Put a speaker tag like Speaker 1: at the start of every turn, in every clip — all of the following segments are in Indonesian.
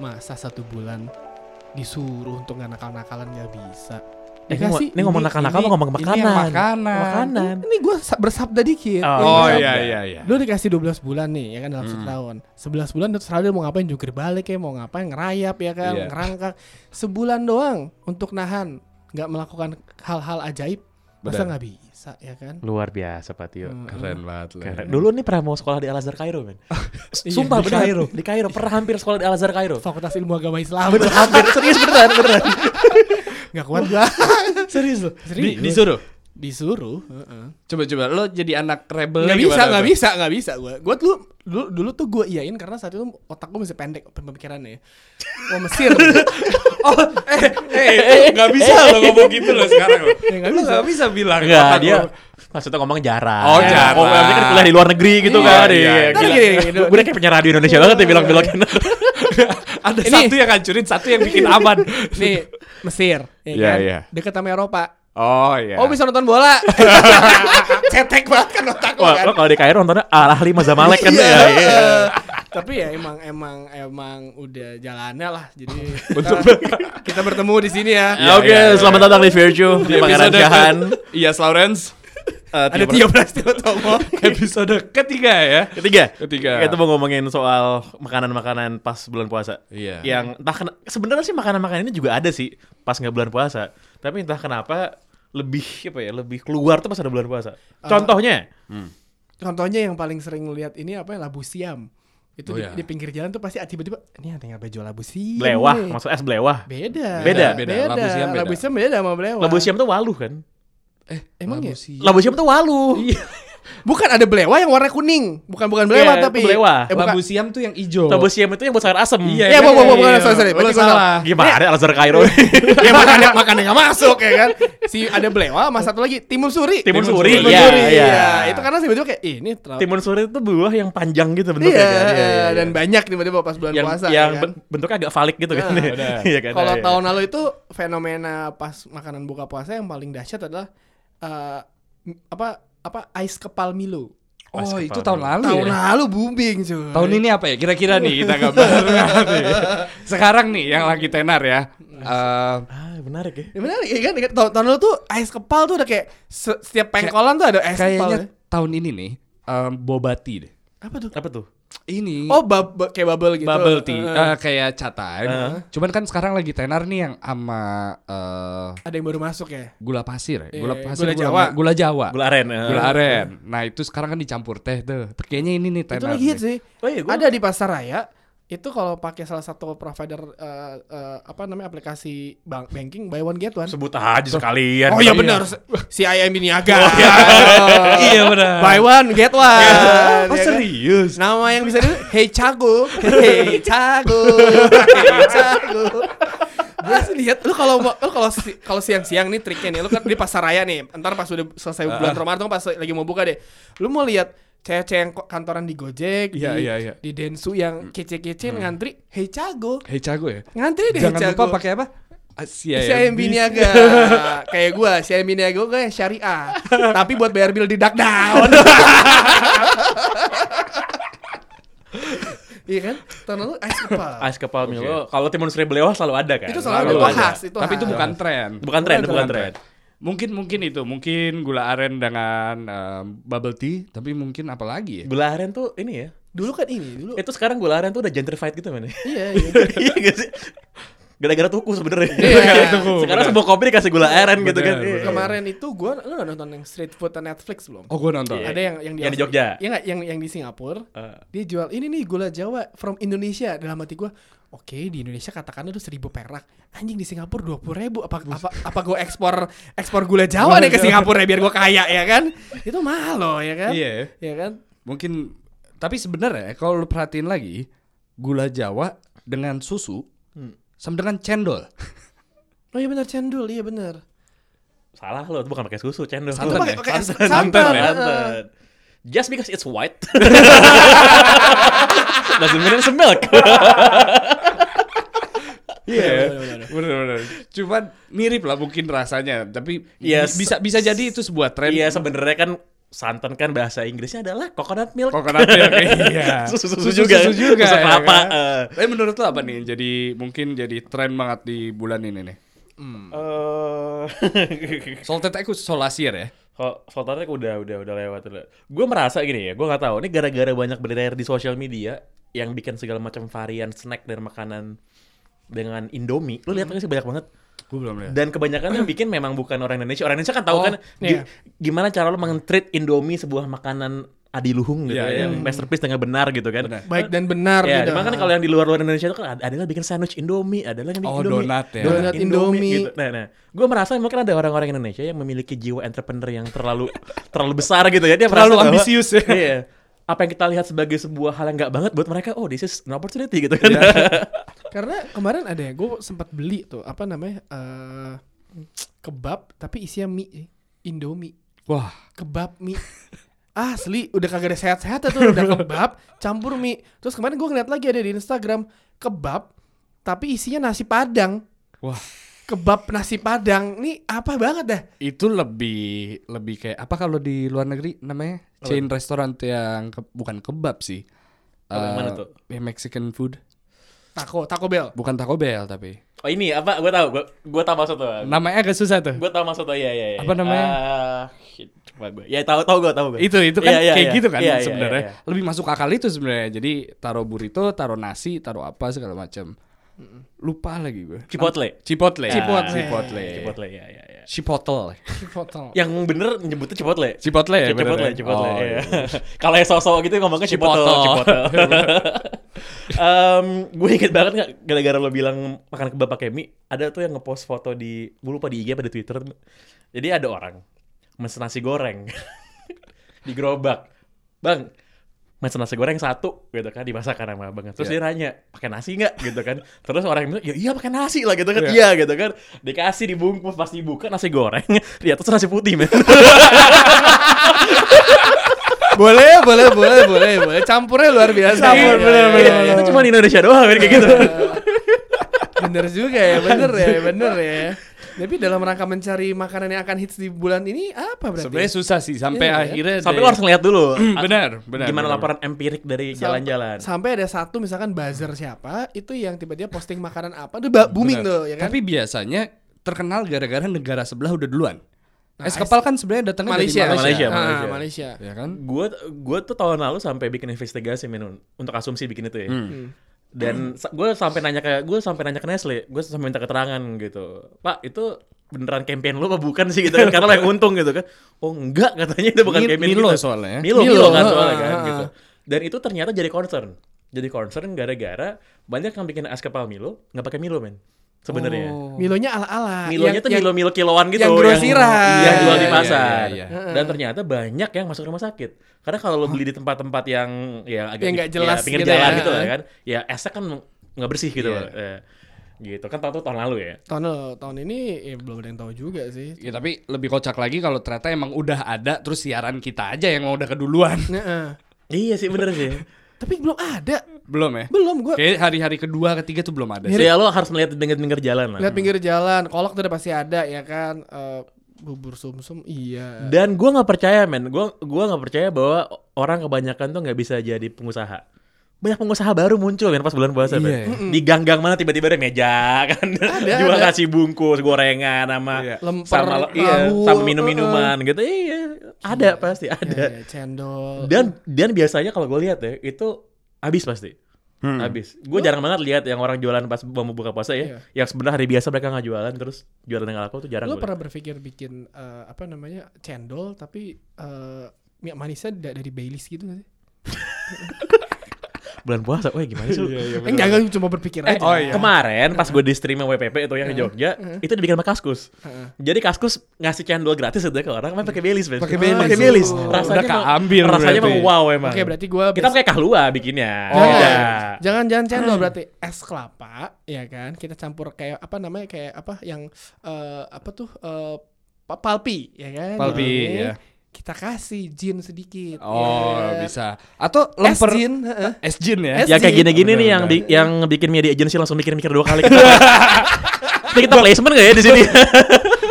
Speaker 1: Masa satu bulan disuruh untuk nggak nakal-nakalan nggak bisa. Ya
Speaker 2: Ini
Speaker 1: nggak
Speaker 2: ngom-
Speaker 1: sih?
Speaker 2: ini Eh, ngomong nakal-nakal apa ngomong
Speaker 3: Ini yang
Speaker 2: makanan?
Speaker 3: makanan.
Speaker 2: Makanan.
Speaker 1: Ini gue bersabda dikit.
Speaker 2: Oh,
Speaker 1: Ya
Speaker 3: Oh
Speaker 1: kan?
Speaker 3: iya iya iya.
Speaker 1: Lu dikasih 12 bulan nih ya kan dalam
Speaker 3: Hmm.
Speaker 1: setahun. 11 bulan terus dia mau ngapain jungkir balik ya, mau ngapain ngerayap ya kan,
Speaker 3: Iya.
Speaker 1: ngerangkak. Sebulan doang untuk nahan nggak melakukan hal-hal ajaib. Masa
Speaker 3: Benar. Iya.
Speaker 1: nggak bisa ya kan?
Speaker 2: Luar biasa Pak Tio.
Speaker 1: Hmm.
Speaker 3: Keren banget lu.
Speaker 2: Keren. Dulu nih pernah mau sekolah di Al Azhar Kairo men.
Speaker 1: Iya,
Speaker 2: Sumpah
Speaker 1: di
Speaker 2: beneran.
Speaker 1: Kairo.
Speaker 2: Di Kairo pernah hampir sekolah di Al Azhar Kairo.
Speaker 1: Fakultas Ilmu Agama Islam
Speaker 2: Hampir, hampir. serius beneran beneran.
Speaker 1: nggak kuat gua.
Speaker 2: Serius loh.
Speaker 3: Di-
Speaker 1: Serius.
Speaker 3: disuruh.
Speaker 1: disuruh. heeh.
Speaker 3: Coba coba lo jadi anak rebel
Speaker 1: Nggak
Speaker 3: gimana
Speaker 1: bisa, nggak
Speaker 3: tuh?
Speaker 1: bisa, nggak bisa gue. Gue dulu, dulu, dulu tuh gue iyain karena saat itu otak gue masih pendek pemikirannya. Wah Mesir. Oh,
Speaker 3: Eh, eh, nggak bisa lo ngomong gitu lo sekarang. Lo
Speaker 1: Ya, nggak
Speaker 3: Lo
Speaker 1: bisa.
Speaker 3: nggak bisa bilang
Speaker 2: Enggak
Speaker 3: otak
Speaker 2: dia
Speaker 3: lo-
Speaker 2: maksudnya ngomong jarang.
Speaker 3: Oh,
Speaker 2: Ya,
Speaker 3: jarang.
Speaker 2: Oh, dia kan kuliah di luar negeri gitu
Speaker 3: Iya,
Speaker 2: kan.
Speaker 3: iya,
Speaker 2: Iya.
Speaker 3: iya.
Speaker 2: gila.
Speaker 1: Kan gini, gini, gini.
Speaker 2: Gue udah kayak penyiar radio Indonesia banget ya bilang-bilangin.
Speaker 3: Ada
Speaker 1: Iya, Ini- Iya.
Speaker 3: satu yang hancurin, satu yang bikin aman.
Speaker 1: Nih Mesir, ya
Speaker 3: Iya,
Speaker 1: kan?
Speaker 3: iya.
Speaker 1: Deket sama Eropa.
Speaker 3: Oh iya.
Speaker 1: Oh bisa nonton bola. Cetek banget kan otak lo
Speaker 2: Wah,
Speaker 1: kan.
Speaker 2: lo kalau di Kairo nontonnya Al Ahli Mazamalek kan
Speaker 1: Iya,
Speaker 2: ya. iya.
Speaker 1: eh, Tapi ya emang emang emang udah jalannya lah. Jadi kita, kita bertemu di sini ya.
Speaker 3: Iya,
Speaker 2: Oke,
Speaker 3: iya, iya.
Speaker 2: selamat datang di Virtue di Pangeran Jahan.
Speaker 3: Iya, Lawrence. Eh,
Speaker 1: Ada
Speaker 3: Tio
Speaker 1: 13 Tio Tomo.
Speaker 3: episode ketiga ya.
Speaker 2: Ketiga.
Speaker 3: Ketiga.
Speaker 2: Kita mau ngomongin soal makanan-makanan pas bulan puasa.
Speaker 3: Iya.
Speaker 2: Yang entah kena- sebenarnya sih makanan-makanan ini juga ada sih pas nggak bulan puasa. Tapi entah kenapa lebih apa ya lebih keluar tuh pas ada bulan puasa.
Speaker 1: Eh,
Speaker 2: Contohnya,
Speaker 1: Contohnya yang paling sering lihat ini apa ya labu siam. Itu
Speaker 3: Oh,
Speaker 1: di,
Speaker 3: iya.
Speaker 1: di pinggir jalan tuh pasti ah, tiba-tiba ini ada yang jual labu siam.
Speaker 2: belewah,
Speaker 1: nih."
Speaker 2: maksud es belewah.
Speaker 1: Beda.
Speaker 2: Beda,
Speaker 3: beda.
Speaker 1: beda.
Speaker 3: Labu siam beda.
Speaker 1: Labu siam beda sama belewah.
Speaker 2: Labu siam tuh waluh kan?
Speaker 1: Eh, emang ya?
Speaker 2: Labu siam tuh waluh. Iya.
Speaker 1: Bukan ada belewah yang warna kuning. Bukan bukan belewah
Speaker 2: Iya, itu
Speaker 1: tapi.
Speaker 2: belewah.
Speaker 1: Eh, bukan.
Speaker 3: Labu siam tuh yang ijo.
Speaker 2: Labu siam itu yang buat sayur asem.
Speaker 1: Iya, bu- bu- bu- bukan, sorry, sorry.
Speaker 3: Lo
Speaker 1: Berarti gua
Speaker 3: salah.
Speaker 2: Gimana ada Al-Azhar Kairo?
Speaker 1: ya makannya makannya nggak masuk ya kan si ada belewah sama satu lagi timun suri
Speaker 2: Timun
Speaker 3: suri,
Speaker 1: timun
Speaker 3: iya,
Speaker 1: suri
Speaker 2: iya.
Speaker 1: iya. itu karena tiba-tiba kayak "Ih, ini terlalu
Speaker 2: Timun suri itu buah yang panjang gitu
Speaker 1: iya,
Speaker 2: bentuknya. kan? Iya, iya,
Speaker 1: dan
Speaker 2: iya.
Speaker 1: banyak tiba-tiba pas bulan
Speaker 2: yang,
Speaker 1: puasa
Speaker 2: yang
Speaker 1: ya kan?
Speaker 2: ben- bentuknya agak falik gitu kan.
Speaker 1: Nah,
Speaker 2: Iya kan?
Speaker 1: kalau
Speaker 2: iya.
Speaker 1: tahun lalu itu fenomena pas makanan buka puasa yang paling dahsyat adalah eh, m- apa apa ais kepal Milo
Speaker 2: Pas kepala.
Speaker 3: Oh, itu tahun lalu
Speaker 1: tahun
Speaker 3: ya?
Speaker 1: lalu booming cuy
Speaker 3: Tahun ini apa ya? Kira-kira nih kita gambar. Iya. Sekarang nih yang lagi tenar ya. Eh,
Speaker 2: Ah, menarik ya.
Speaker 1: Ya benar ya kan Ingat, tahun, tahun lalu tuh ais kepal tuh udah kayak se- setiap pengkolan tuh ada ais kepal ya.
Speaker 3: kayaknya tahun ini nih em, boba tea deh.
Speaker 1: apa tuh
Speaker 2: Apa tuh?
Speaker 3: Ini
Speaker 1: oh bub- bu- kayak bubble gitu
Speaker 3: bubble tea
Speaker 1: Eh,
Speaker 3: eh, kayak catan. Cuman kan sekarang lagi tenar nih yang sama eh,
Speaker 1: ada yang baru masuk ya
Speaker 3: gula pasir, ya?
Speaker 1: Iya,
Speaker 3: gula
Speaker 1: iya,
Speaker 3: pasir,
Speaker 1: gula Jawa.
Speaker 3: gula Jawa,
Speaker 2: Gula aren. eh.
Speaker 3: gula aren. Nah itu sekarang kan dicampur teh tuh. Kayaknya ini nih
Speaker 1: itu
Speaker 3: tenar.
Speaker 1: lagi hit
Speaker 3: nih.
Speaker 1: sih
Speaker 2: Oh iya, gua-
Speaker 1: ada di pasar raya itu kalau pakai salah satu provider eh, eh, apa namanya aplikasi bank banking buy one get one
Speaker 2: Sebut aja ya sekalian.
Speaker 1: oh iya benar si IM ini agak
Speaker 3: Oh, iya benar.
Speaker 1: buy one get one ya
Speaker 2: Oh
Speaker 1: kan?
Speaker 2: serius?
Speaker 1: nama yang bisa dulu hey cago hey cago hey cago gue sih lihat lu kalau mau- lu kalau si- kalau siang-siang nih triknya nih lu kan di pasar raya nih ntar pas udah selesai bulan Ramadan pas lagi mau buka deh lu mau lihat cewek-cewek yang ko- kantoran di Gojek
Speaker 3: Iya,
Speaker 1: di,
Speaker 3: iya, iya.
Speaker 1: di Densu yang kece-kece ngantri hey cago
Speaker 3: Hei cago ya.
Speaker 1: ngantri deh
Speaker 3: Jangan
Speaker 1: hey
Speaker 3: lupa
Speaker 1: cago
Speaker 3: pakai apa? Ah, Asia
Speaker 1: si ayam Biniaga kayak gue si ayam Biniaga gue syariah tapi buat bayar bill di duck down iya kan tahun lalu ais kepal
Speaker 2: Ais kepal Milo. Kalau timun suri belewah selalu ada kan?
Speaker 1: Itu selalu
Speaker 3: ada, itu
Speaker 1: khas, itu
Speaker 3: Tapi itu
Speaker 1: khas.
Speaker 3: bukan tren.
Speaker 2: Bukan tren, bukan tren.
Speaker 3: Mungkin mungkin itu, mungkin gula aren dengan em, bubble tea, eh, tapi mungkin apa lagi ya?
Speaker 2: Gula aren tuh ini ya.
Speaker 1: Dulu kan ini, dulu.
Speaker 2: Itu sekarang gue larian tuh udah gentrified gitu men.
Speaker 1: Iya, iya.
Speaker 2: Iya gak sih? Gara-gara tuku sebenarnya.
Speaker 1: Iya. Gara-gara
Speaker 3: tuku,
Speaker 2: Sekarang
Speaker 3: benar.
Speaker 2: sebuah kopi dikasih gula aren gitu
Speaker 3: Benar,
Speaker 2: kan.
Speaker 3: benar.
Speaker 2: Iya.
Speaker 1: Kemarin itu gue, lu nggak nonton yang street food on Netflix belum?
Speaker 3: Oh gue nonton.
Speaker 1: Ada yang yang di,
Speaker 2: Yang di
Speaker 1: Australia.
Speaker 2: Jogja.
Speaker 1: Iya nggak? yang yang di Singapura.
Speaker 2: Eh,
Speaker 1: Dia jual ini nih gula Jawa from Indonesia dalam hati gue. Oke di Indonesia katakanlah itu seribu perak, anjing di Singapura dua puluh ribu. Apa apa apa gue ekspor ekspor gula Jawa nih ke Singapura ya, biar gue kaya ya kan? Itu mahal loh ya kan?
Speaker 3: Iya.
Speaker 1: Ya kan?
Speaker 3: Mungkin tapi sebenarnya kalau lu perhatiin lagi gula Jawa dengan susu
Speaker 1: Hmm.
Speaker 3: sama dengan cendol.
Speaker 1: Oh iya benar cendol, iya benar.
Speaker 2: Salah lo, itu bukan pakai susu, cendol.
Speaker 3: Santan
Speaker 1: Itu pakai-
Speaker 3: ya?
Speaker 1: pakai es-
Speaker 2: Santan,
Speaker 1: santan,
Speaker 2: santan,
Speaker 1: eh,
Speaker 2: santan. Just because it's white doesn't mean it's milk.
Speaker 3: Iya.
Speaker 1: benar-benar.
Speaker 3: Benar-benar. Cuman mirip lah mungkin rasanya, tapi ya
Speaker 2: Yes.
Speaker 3: bisa bisa jadi itu sebuah tren.
Speaker 2: Iya sebenarnya kan santan kan bahasa Inggrisnya adalah coconut milk.
Speaker 3: Coconut milk, iya.
Speaker 2: Susu-susu juga.
Speaker 3: Susu juga.
Speaker 2: Susu
Speaker 3: ya
Speaker 2: kelapa,
Speaker 3: kan?
Speaker 2: eh.
Speaker 3: Tapi menurut lo apa nih yang jadi mungkin jadi tren banget di bulan ini nih?
Speaker 2: Eh,
Speaker 3: Salted egg solasier ya.
Speaker 2: Kalau filternya udah udah udah lewat udah. Gue merasa gini ya, gue nggak tahu. Ini gara-gara banyak beredar di sosial media yang bikin segala macam varian snack dan makanan dengan Indomie. Lu lihat nggak sih banyak banget.
Speaker 3: Gue belum lihat.
Speaker 2: Dan kebanyakan yang bikin memang bukan orang Indonesia. Orang Indonesia kan tahu
Speaker 1: Oh,
Speaker 2: kan
Speaker 1: iya.
Speaker 2: gi- gimana cara lu mentreat Indomie sebuah makanan adiluhung gitu
Speaker 3: Iya,
Speaker 2: ya,
Speaker 3: iya.
Speaker 2: yang masterpiece dengan benar gitu kan.
Speaker 3: Benar.
Speaker 1: Baik dan benar
Speaker 2: Ya,
Speaker 1: gitu.
Speaker 2: cuma kan kalau yang di luar-luar Indonesia itu kan ada adalah bikin sandwich Indomie, adalah yang bikin
Speaker 3: Oh,
Speaker 2: Indomie.
Speaker 3: donat ya.
Speaker 1: Donat Indomie.
Speaker 2: gitu. Nah, nah. Gue merasa mungkin ada orang-orang Indonesia yang memiliki jiwa entrepreneur yang terlalu terlalu besar gitu ya. Dia
Speaker 3: Terlalu
Speaker 2: merasa bahwa-
Speaker 3: ambisius ya.
Speaker 2: Iya. Apa yang kita lihat sebagai sebuah hal yang nggak banget buat mereka, oh this is an opportunity gitu kan.
Speaker 3: Iya.
Speaker 1: Karena kemarin ada ya, gue sempat beli tuh apa namanya eh kebab tapi isinya mie, sih. Indomie,
Speaker 3: Wah,
Speaker 1: kebab mie. Asli, udah kagak ada sehat-sehat ya tuh, udah kebab campur mie. Terus kemarin gue ngeliat lagi ada di Instagram kebab tapi isinya nasi padang,
Speaker 3: wah.
Speaker 1: kebab nasi padang. Nih apa banget dah?
Speaker 3: Itu lebih lebih kayak apa kalau di luar negeri namanya chain restoran tuh yang ke- bukan kebab sih.
Speaker 2: Apa,
Speaker 3: Eh,
Speaker 2: mana tuh?
Speaker 3: ya Mexican food.
Speaker 1: Taco, Taco Bell.
Speaker 3: Bukan Taco Bell tapi.
Speaker 2: oh ini apa? Gue tahu. Gue gue tahu maksud tuh.
Speaker 3: Namanya agak susah tuh.
Speaker 2: Gue tahu maksud tuh. Iya, iya, iya.
Speaker 3: Apa namanya?
Speaker 2: Ah, shit, coba gue. Ya tahu tahu gue tahu gue.
Speaker 3: itu itu kan
Speaker 2: Iya, iya,
Speaker 3: kayak
Speaker 2: iya.
Speaker 3: gitu kan
Speaker 2: Iya, iya,
Speaker 3: sebenarnya
Speaker 2: iya, iya.
Speaker 3: lebih masuk akal itu sebenarnya jadi taruh burrito taruh nasi taruh apa segala macam lupa lagi gue
Speaker 2: Chipotle. Ah, iya,
Speaker 3: Chipotle
Speaker 1: Chipotle.
Speaker 3: Chipotle
Speaker 2: Chipotle, ya, ya, ya.
Speaker 3: Chipotle
Speaker 1: Potong.
Speaker 2: Yang bener nyebutnya Chipotle.
Speaker 3: Chipotle ya bener
Speaker 2: Chipotle,
Speaker 3: ya?
Speaker 2: Chipotle.
Speaker 3: Oh,
Speaker 2: iya.
Speaker 3: iya.
Speaker 2: Kalau yang sosok gitu ngomongnya Chipotle,
Speaker 3: Chipotle.
Speaker 2: Chipotle. Em, gue inget banget nggak gara-gara lo bilang makan kebab pakai mie, ada tuh yang ngepost foto di, gue lupa di IG apa di Twitter. Jadi ada orang mesen nasi goreng di gerobak, bang mesen nasi goreng satu gitu kan dimasakkan sama abang terus
Speaker 3: Iya.
Speaker 2: dia nanya pakai nasi nggak gitu kan terus orang yang bilang ya iya pakai nasi lah gitu kan
Speaker 3: Iya.
Speaker 2: iya gitu kan dikasih dibungkus pas dibuka nasi goreng di atas nasi putih men
Speaker 1: boleh, boleh, boleh, boleh, boleh. Campurnya luar biasa.
Speaker 3: Campur,
Speaker 1: Iya,
Speaker 3: bener,
Speaker 1: iya,
Speaker 3: bener,
Speaker 1: iya,
Speaker 2: Iya,
Speaker 1: iya.
Speaker 2: Itu cuma di Indonesia doang kan kayak gitu.
Speaker 1: bener juga ya, bener ya, bener ya. Tapi dalam rangka mencari makanan yang akan hits di bulan ini apa berarti?
Speaker 3: sebenarnya susah sih sampai
Speaker 1: Iya, iya.
Speaker 3: akhirnya
Speaker 2: Tapi
Speaker 3: dari-
Speaker 2: lo harus ngeliat dulu.
Speaker 3: benar benar
Speaker 2: Gimana
Speaker 3: benar.
Speaker 2: laporan empirik dari
Speaker 1: Sam-
Speaker 2: jalan-jalan.
Speaker 1: Sampai ada satu misalkan buzzer siapa itu yang tiba-tiba posting makanan apa itu ba- booming
Speaker 3: Benar.
Speaker 1: tuh ya kan?
Speaker 3: tapi biasanya terkenal gara-gara negara sebelah udah duluan
Speaker 1: Nah,
Speaker 3: es kepal kan sebenarnya datangnya
Speaker 1: Malaysia,
Speaker 3: dari Malaysia
Speaker 1: Malaysia,
Speaker 2: Malaysia,
Speaker 1: Ah,
Speaker 2: Malaysia.
Speaker 1: Malaysia.
Speaker 3: ya kan
Speaker 2: Gue gue tuh tahun lalu sampai bikin investigasi men untuk asumsi bikin itu ya. Dan gue sampai nanya ke gue sampai nanya ke Nestle, gue sampai minta keterangan gitu. Pak itu beneran campaign lo apa bukan sih gitu kan karena lo yang untung gitu kan oh enggak katanya itu bukan
Speaker 3: Mil-
Speaker 2: campaign
Speaker 3: Milo
Speaker 2: kita.
Speaker 3: soalnya.
Speaker 2: Milo,
Speaker 1: Milo,
Speaker 2: Milo kan soalnya
Speaker 1: ah,
Speaker 2: kan
Speaker 1: ah,
Speaker 2: gitu
Speaker 1: ah.
Speaker 2: dan itu ternyata jadi concern jadi concern gara-gara banyak yang bikin es kepal Milo nggak pakai Milo men sebenarnya
Speaker 1: Milonya ala-ala. Ah,
Speaker 2: Milonya
Speaker 1: Yang-
Speaker 2: tuh
Speaker 1: yang-
Speaker 2: milo-milo kiloan gitu
Speaker 1: yang grosiran.
Speaker 2: yang jual di
Speaker 3: Iya,
Speaker 2: pasar.
Speaker 3: iya, iya,
Speaker 1: iya.
Speaker 2: Dan ternyata banyak yang masuk rumah sakit. Karena kalau lo beli di tempat-tempat yang ya
Speaker 1: Yang
Speaker 2: agak di-
Speaker 1: nggak jelas
Speaker 2: ya, pinggir
Speaker 1: gitu
Speaker 2: jalan
Speaker 1: ya.
Speaker 2: gitu lah kan. Ya esnya kan nggak bersih gitu
Speaker 3: Iya.
Speaker 2: loh. Ya, gitu kan tahun tahun lalu ya.
Speaker 1: tahun tahun ini eh, belum ada yang tahu juga sih.
Speaker 3: Ya tapi lebih kocak lagi kalau ternyata emang udah ada terus siaran kita aja yang mau udah keduluan.
Speaker 1: Nah, eh.
Speaker 2: Iya sih bener sih.
Speaker 1: tapi belum ada.
Speaker 3: Belum ya?
Speaker 1: Belum gua
Speaker 3: Kayak hari-hari kedua ketiga tuh belum ada.
Speaker 2: So,
Speaker 3: sih.
Speaker 2: ya lo harus melihat di pinggir-pinggir jalan lah.
Speaker 1: lihat pinggir jalan. Kolok tuh udah pasti ada ya kan. Eh, bubur sumsum iya.
Speaker 2: Dan gua nggak percaya men, gua gua nggak percaya bahwa orang kebanyakan tuh nggak bisa jadi pengusaha. banyak pengusaha baru muncul kan pas bulan puasa
Speaker 3: Iya,
Speaker 2: Ben.
Speaker 3: iya.
Speaker 2: di gang-gang mana tiba-tiba ada meja kan jual
Speaker 1: ada.
Speaker 2: nasi bungkus gorengan sama
Speaker 3: Iya.
Speaker 1: Lemper,
Speaker 2: sama iya,
Speaker 1: tahu,
Speaker 2: sama minum-minuman gitu iya ada pasti
Speaker 1: Iya,
Speaker 2: ada
Speaker 1: iya, cendol.
Speaker 2: dan dan biasanya kalau gue lihat ya itu habis pasti
Speaker 3: Hmm.
Speaker 2: habis gue jarang banget lihat yang orang jualan pas mau buka puasa ya yang sebenarnya hari biasa mereka nggak jualan terus jualan yang laku tuh
Speaker 1: Iya.
Speaker 2: jarang
Speaker 1: Lu
Speaker 2: gua lihat.
Speaker 1: pernah berpikir bikin eh, apa namanya cendol tapi eh, mie manisnya da- dari Baileys gitu nggak sih?
Speaker 2: bulan puasa wah gimana sih lu?
Speaker 1: Enggak, enggak Eh, cuma berpikir
Speaker 2: Eh,
Speaker 1: aja.
Speaker 3: oh iya.
Speaker 2: Kemarin pas gue di stream WPP itu yang ke Jogja, itu dibikin sama Kaskus.
Speaker 1: Heeh.
Speaker 2: Jadi Kaskus ngasih cendol gratis itu ke orang, emang pakai belis, Ben.
Speaker 3: Pakai belis.
Speaker 2: pakai belis.
Speaker 1: Oh.
Speaker 3: Udah keambil
Speaker 2: rasanya
Speaker 3: berarti.
Speaker 2: emang wow emang.
Speaker 1: Oke, berarti gua
Speaker 2: kita pakai kahlua bikinnya. Iya.
Speaker 3: Oh. Hmm.
Speaker 2: Beda.
Speaker 1: Jangan jangan cendol berarti es kelapa ya kan kita campur kayak apa namanya kayak apa yang eh, apa tuh eh, pa- palpi ya kan.
Speaker 3: Palpi,
Speaker 1: Ini
Speaker 3: iya.
Speaker 1: Kita kasih gin sedikit.
Speaker 3: Oh,
Speaker 1: ya.
Speaker 3: bisa. Atau
Speaker 1: Es
Speaker 3: lemper
Speaker 1: gin, heeh.
Speaker 3: es gin ya.
Speaker 1: Es
Speaker 2: Ya kayak
Speaker 1: Sih.
Speaker 2: gini-gini nih yang di- yang bikin media agency langsung mikir-mikir dua kali. Ini kita placement gak ya di sini?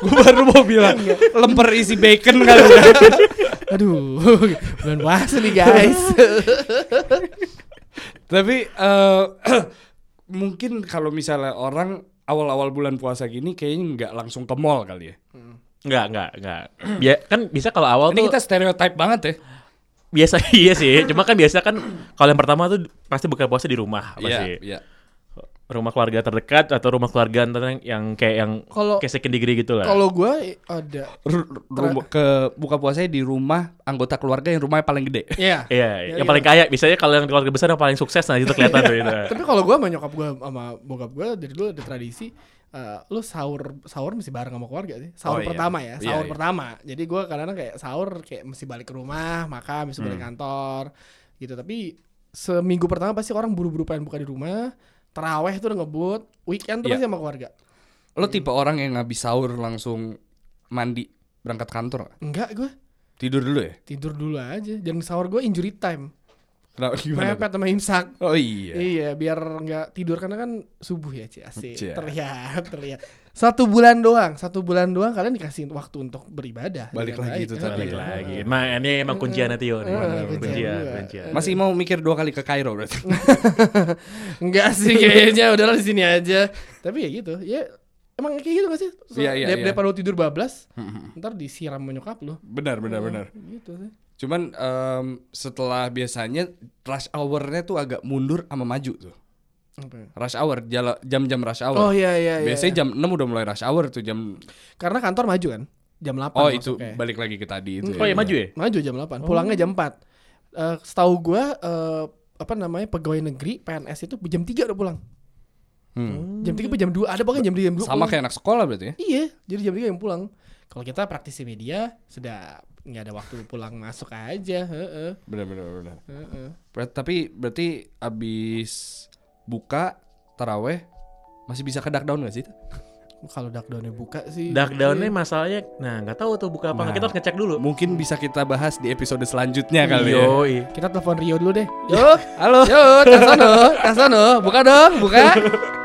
Speaker 3: Gue baru mau bilang lemper isi bacon kali ya.
Speaker 1: Aduh, bulan puasa nih guys.
Speaker 3: Tapi eh, mungkin kalau misalnya orang awal-awal bulan puasa gini kayaknya nggak langsung ke mall kali ya.
Speaker 2: Enggak, enggak, enggak. Ya kan bisa kalau awal tuh
Speaker 3: Ini kita stereotype banget ya.
Speaker 2: biasa iya sih. Cuma kan biasa kan kalau yang pertama tuh pasti buka puasa di rumah pasti.
Speaker 3: iya.
Speaker 2: rumah keluarga terdekat atau rumah keluarga ntar yang, yang kayak yang
Speaker 1: Kalau-
Speaker 2: kayak second degree gitu lah.
Speaker 1: Kalau gua eh, ada
Speaker 3: Ru- rumah- ke buka puasanya di rumah anggota keluarga yang rumahnya paling gede.
Speaker 1: Iya.
Speaker 2: Iya, yang paling kaya biasanya kalau yang keluarga besar yang paling sukses nah itu kelihatan tuh itu.
Speaker 1: Tapi kalau gua sama nyokap gua sama bokap gua dari dulu ada tradisi eh, lu sahur sahur mesti bareng sama keluarga sih. Sahur
Speaker 3: Oh, iya.
Speaker 1: pertama ya,
Speaker 3: Iya,
Speaker 1: sahur
Speaker 3: iya.
Speaker 1: pertama. Jadi gua kadang-kadang kayak sahur kayak mesti balik ke rumah, makan, mesti
Speaker 3: Hmm.
Speaker 1: balik kantor gitu. Tapi seminggu pertama pasti orang buru-buru pengen buka di rumah. Teraweh tuh udah ngebut, weekend tuh
Speaker 3: Iya.
Speaker 1: pasti sama keluarga.
Speaker 3: Lo tipe orang yang habis sahur langsung mandi berangkat kantor nggak?
Speaker 1: Enggak gua
Speaker 3: tidur dulu ya?
Speaker 1: tidur dulu aja. Dan sahur gua injury time.
Speaker 3: Kenapa gimana?
Speaker 1: Mepet sama imsak.
Speaker 3: Oh iya.
Speaker 1: Iya, biar nggak tidur karena kan subuh ya, Ci. Asik.
Speaker 3: Cia.
Speaker 1: Terlihat, terlihat. Satu bulan doang, satu bulan doang kalian dikasih waktu untuk beribadah.
Speaker 3: Balik
Speaker 1: dengan
Speaker 3: lagi
Speaker 1: baik.
Speaker 3: itu
Speaker 1: Eh,
Speaker 3: tadi.
Speaker 2: Nah, Balik lagi. Ma, ini emang kuncian Tio nih.
Speaker 1: Eh,
Speaker 2: Emang
Speaker 1: kuncian
Speaker 2: Kuncian,
Speaker 1: juga.
Speaker 2: kuncian.
Speaker 3: Masih mau mikir dua kali ke Kairo berarti.
Speaker 1: Enggak sih kayaknya udahlah di sini aja. Tapi ya gitu. Ya emang kayak gitu gak sih? So,
Speaker 3: Iya, iya,
Speaker 1: dar-
Speaker 3: iya.
Speaker 1: Daripada lu tidur bablas, ntar disiram menyokap lu.
Speaker 3: benar, benar, benar.
Speaker 1: Gitu sih.
Speaker 3: Cuman em, setelah biasanya rush hour-nya tuh agak mundur sama maju tuh.
Speaker 1: Apa ya?
Speaker 3: Rush hour, jala- jam-jam rush
Speaker 1: Oh
Speaker 3: hour.
Speaker 1: iya iya iya.
Speaker 3: biasanya jam 6 udah mulai rush hour tuh jam
Speaker 1: Karena kantor maju kan? Jam 8
Speaker 3: Oh, itu Oh.
Speaker 1: masuknya.
Speaker 3: balik lagi ke tadi itu.
Speaker 2: Oh ya maju ya?
Speaker 1: Maju jam 8, pulangnya jam 4. Eh, setahu gua eh, apa namanya pegawai negeri PNS itu jam 3 udah pulang.
Speaker 3: Hmm.
Speaker 1: Jam 3 apa jam 2? Ada bahkan jam 3 jam 2.
Speaker 3: Sama kayak anak sekolah berarti ya.
Speaker 1: Iya, jadi jam 3 yang pulang. Kalau kita praktisi media sudah nggak ada waktu pulang masuk aja, heeh,
Speaker 3: Benar, benar, benar.
Speaker 1: heeh.
Speaker 3: Ber- tapi berarti abis buka taraweh masih bisa ke dark down gak sih?
Speaker 1: Kalau darkdownnya buka sih. Iya.
Speaker 2: Dark down-nya masalahnya nah nggak tahu tuh buka apa. nggak. Kita harus ngecek dulu.
Speaker 3: Mungkin bisa kita bahas di episode selanjutnya kali ya.
Speaker 2: Yoi.
Speaker 3: Iya.
Speaker 1: Kita telepon Rio dulu deh. Iya. Yo,
Speaker 3: Halo.
Speaker 1: yo, Tasono, Tasono, buka dong, buka.